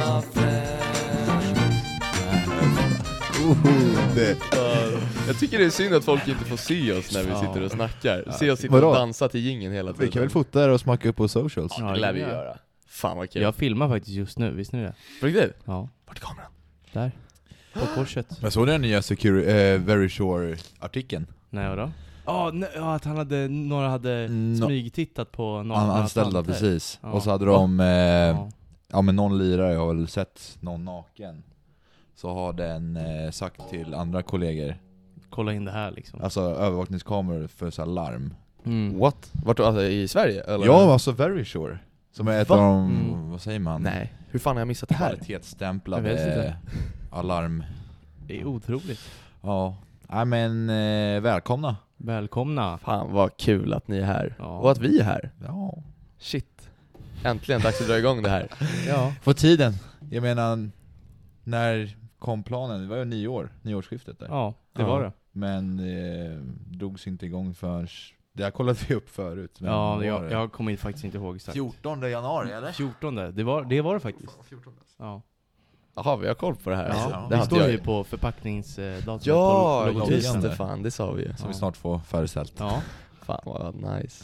Äh, Jag tycker det är synd att folk inte får se oss när vi sitter och snackar. Se oss sitta Vadå? och dansa till jingeln hela tiden. Vi kan väl fota det här och smaka upp på socials? Ja, det lär vi göra. Fan vad kul. Jag filmar faktiskt just nu, visste ni det? På riktigt? Ja, Vart är kameran? där. På korset. Men såg ni den nya Secure, eh, Very Sure-artikeln? Nej, vadå? Ja, nej, ja, att han hade, några hade Mm, no- smygtittat på några An- anställda, attanter. precis. Ja. Och så hade de, eh, ja. Ja. men någon lirare har väl sett någon naken. Så har den eh, sagt till andra kollegor, Kolla in det här liksom. alltså övervakningskameror för så här larm. Mm. What? Vart då? Alltså, i Sverige? Eller? Ja, alltså Very Sure. Som är ett Va? av de, Mm. vad säger man? Nej. Hur fan har jag missat det här? Jag vet Kvalitetsstämplade inte. alarm. Det är otroligt. Ja, nej men eh, välkomna. Välkomna. Fan vad kul att ni är här. Ja. Och att vi är här. Ja. Shit. Äntligen dags att dra igång det här. Ja. För tiden. Jag menar, när kom planen? Det var ju nyår, nyårsskiftet där. Ja, det Ja. var det. Men eh, drogs inte igång förrän, det har kollat vi upp förut. Men vad Ja, var jag, det? jag kommer faktiskt inte ihåg exakt. 14 januari eller? 14, det var det, var det faktiskt. Ja. Jaha, vi har koll på det här. Ja, alltså. det Det hade står jag ju på förpackningsdatumet Ja, på lo- logotypen. just logotypen det där. fan, det sa vi ju. Som vi snart får färdigställt. Ja. Fan vad nice.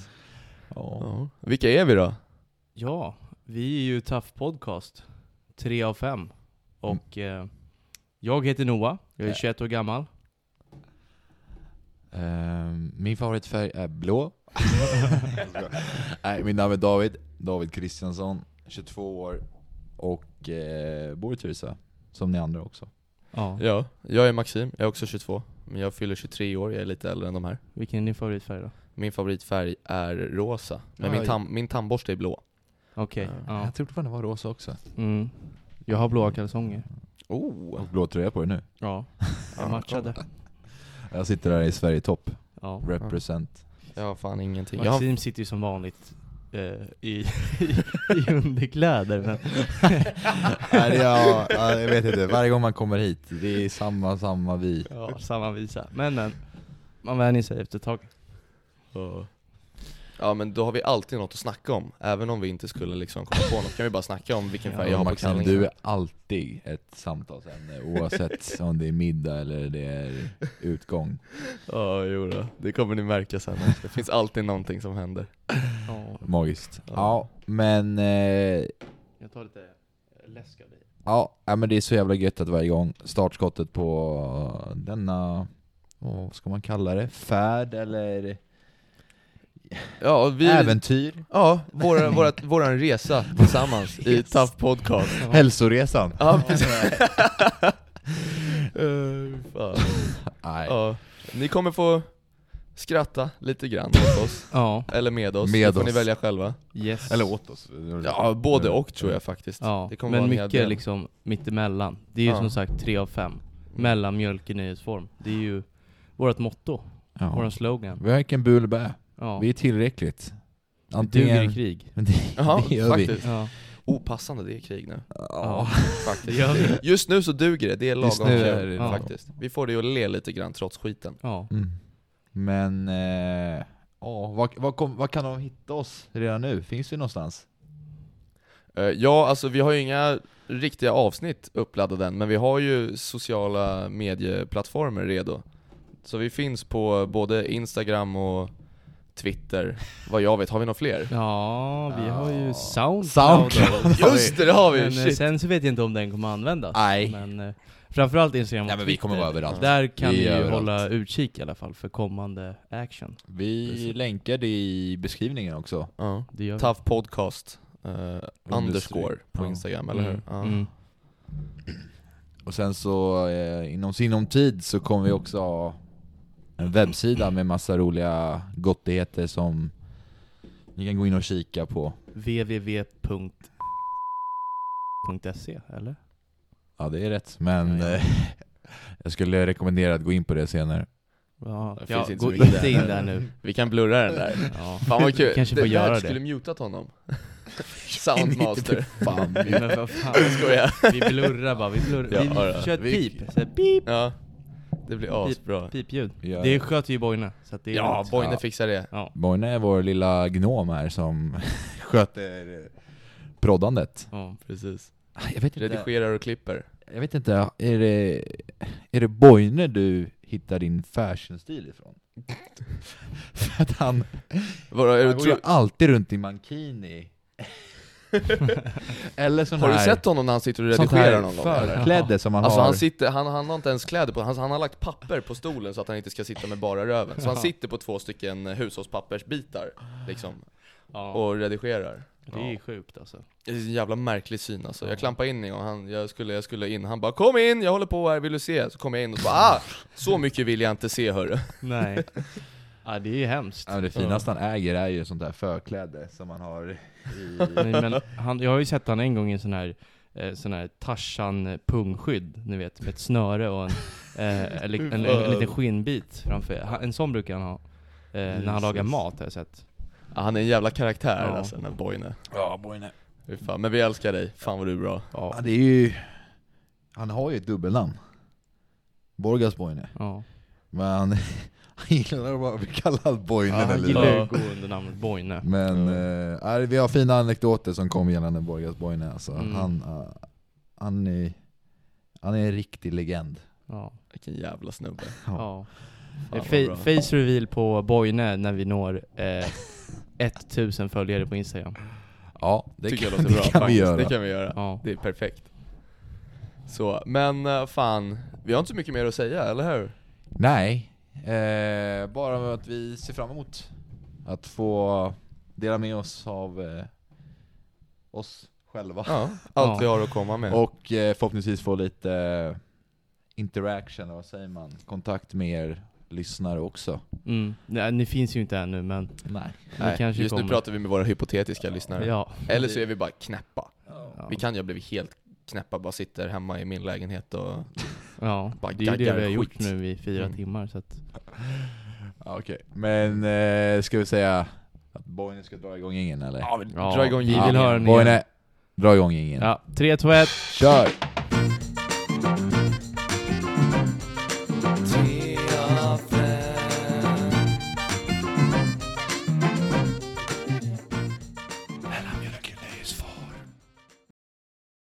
Ja. Ja. Vilka är vi då? ja, vi är ju Tough Podcast, 3 av 5. Och eh, jag heter Noah, jag är Ja. 21 år gammal. Ehm, min favoritfärg är blå. Nej, mitt namn är David. David Kristiansson, 22 år. Och eh, bor i Tyresö. Som ni andra också. Ja. Ja, jag är Maxim, jag är också 22. Men jag fyller 23 år, jag är lite äldre än de här. Vilken är din favoritfärg då? Min favoritfärg är rosa, men min, Oj. tam- min tandborste är blå. Okej. Ja. Ja. Jag trodde fan det var rosa också. Mm. Jag har blåa kalsonger. Oh! Och blå tröja på dig nu. Ja, jag matchade. Jag sitter där i Sverigetopp, Ja. represent. Jag har fan ingenting. Jag har, Maxim sitter ju som vanligt eh, i, i underkläder. Men Nej, jag, jag vet inte, varje gång man kommer hit, det är samma, samma vi. Ja, samma visa. Men, men man vänjer sig efter ett tag. Ja. ja men då har vi alltid något att snacka om. Även om vi inte skulle liksom komma på något kan vi bara snacka om vilken Ja, färg jag har på Maxim, kallingarna. du är alltid ett samtalsämne, oavsett om det är middag eller det är utgång. Ja, jo då. Det kommer ni märka sen. Det finns alltid någonting som händer. Ja, Magiskt. Ja. Ja, men, eh, jag tar lite läsk av dig. ja, ja, men det är så jävla gött att varje gång startskottet på denna, åh, vad ska man kalla det? Färd eller Ja, och vi... äventyr? Ja, våra, våra, våran resa tillsammans i Tough Podcast. Hälsoresan? Ja, precis. Eh, fan. Nej. ja. Ni kommer få skratta lite grann åt oss, Ja, eller med oss. Med det får ni oss. välja själva. yes. Eller åt oss? Ja, både och Mm. tror jag faktiskt. Ja, Det kommer men vara en hel mycket del. liksom mittemellan. Det är ju Ja. Mm. som sagt tre av fem. Mellanmjölk i nyhetsform. Det är ju vårt motto, Ja. vår slogan. Vi har vilken bul och bä. Ja. Vi är tillräckligt. duger i Antingen... krig. Men det, Jaha, det gör vi. faktiskt. Ja. Opassande, det är krig nu. Ja. Det Faktiskt. gör vi. Just nu så duger det, det är lagom Just nu kul, är det Ja. lagom. faktiskt. Vi får det att le lite grann trots skiten. Ja. Mm. Men... Eh, ja, vad, vad, kom, vad kan de hitta oss redan nu? Finns vi någonstans? Eh, Ja, alltså vi har ju inga riktiga avsnitt uppladdade än, men vi har ju sociala medieplattformar redo. Så vi finns på både Instagram och Twitter. Vad jag vet, har vi några fler? ja, vi har ju Ja. Soundcloud. Soundcloud. Just det, det har vi! Men eh, Shit. sen så vet jag inte om den kommer användas. Nej. Men eh, framförallt Instagram och Nej, men vi kommer Twitter. vara överallt. Där kan Vi vi, är ju överallt. hålla utkik i alla fall för kommande action. Vi Precis. länkar det i beskrivningen också. Ja. Det gör vi. Tough podcast, eh, underscore på Ja. Instagram, eller hur? Mm. Ja. Mm. Och sen så eh, inom sinom tid så kommer vi också ha en webbsida med massa roliga gottigheter som ni kan gå in och kika på. www.se E, eller? Ja det är rätt, men Ja, ja. eh, jag skulle rekommendera att gå in på det senare. Ja, Det ja, finns inte så gå mycket inte där. in där nu. Vi kan blurra den där. Ja. Fan vad kul. Kanske får det, göra där det. skulle mutat honom. Soundmaster. Fan, Men vad fan. Jag skojar. Vi blurrar bara, vi blurrar. Ja, vi ja. kör ett Vi- pip. Så här, pip, Ja, det blir asbra. pipljud. Ja. Det sköter ju Boyne. Så att det är Ja, lugnt. Boyne Ja. fixar det. ja. Boyne är vår lilla gnom här som sköter eh, proddandet. ja. Precis. Ah, Jag vet Redigerar och klipper. jag vet inte, är det, är det Boyne du hittar din fashion-stil ifrån. För att han, Vadå, är du han går ju tro- alltid runt i mankini. Eller sån har du här, sett honom när han sitter och sånt här redigerar någon gång? eller? förkläde som han Alltså har. han sitter, han, han har inte ens kläder på han, han har lagt papper på stolen så att han inte ska sitta med bara röven. Så han Ja. sitter på två stycken eh, hushållspappersbitar, liksom, Ja, och redigerar. det är ju sjukt alltså. Det är en jävla märklig syn alltså. Ja. Jag klampade in en gång, han, jag, skulle, jag skulle in, han bara 'Kom in, jag håller på här, vill du se?' Så kom jag in och bara 'Ah! Så mycket vill jag inte se hörru' Nej. Ja, det är ju hemskt. Ja, men det finaste han äger är ju sånt där förkläde som han har i... Nej, men han, jag har ju sett han en gång i en sån här eh, sån här Tarzan-pungskydd, ni vet, med ett snöre och en, eh, en, li- en, en, en liten skinnbit framför. Han, en sån brukar han ha. Eh, när han Jesus. lagar mat har jag sett. ja, Han är en jävla karaktär Ja. alltså, den här Boyne. Ja, Boyne. Fy fan. Men vi älskar dig, fan vad du är bra. Ja. det är ju... Han har ju ett dubbelnamn. Borgas Boyne. ja. Men han, han gillar att bara bli kallad Boyne Ja, han eller gillar ju Ja. att gå under namnet Boyne. Mm. Men eh, vi har fina anekdoter som kommer gällande Borgas Boyne alltså. Mm. Han, eh, han, är, han är en riktig legend. Ja. Vilken jävla snubbe. Ja. vad Fe- bra. face reveal på Boyne när vi når eh, 1000 följare på Instagram. Ja, det Tycker kan, jag låter det bra kan vi faktiskt. göra. Det kan vi göra. Ja. Det är perfekt. Så, men eh, fan, vi har inte så mycket mer att säga, eller hur? Nej, eh, bara att vi ser fram emot att få dela med oss av eh, oss själva. Ja, allt Ja. vi har att komma med. Och eh, förhoppningsvis få lite eh, interaction, eller vad säger man? Kontakt med er lyssnare också. Mm. Nej, ni finns ju inte ännu men Nej. Nej, ni kanske just kommer. nu pratar vi med våra hypotetiska lyssnare. Ja. Eller så är vi bara knäppa. Ja. Vi kan ju ha blivit helt knäppa, bara sitter hemma i min lägenhet och... Ja, Bara det är ju det gaggar vi har gjort skit. nu i fyra Mm. timmar så att, Ja, Okej, men eh, ska vi säga att Boyne ska dra igång ingen eller? vi ja, drar igång vi vill gingen. höra den igen. Mm. Boyne, dra igång ingen. Ja, 3, 2, 1 Kör!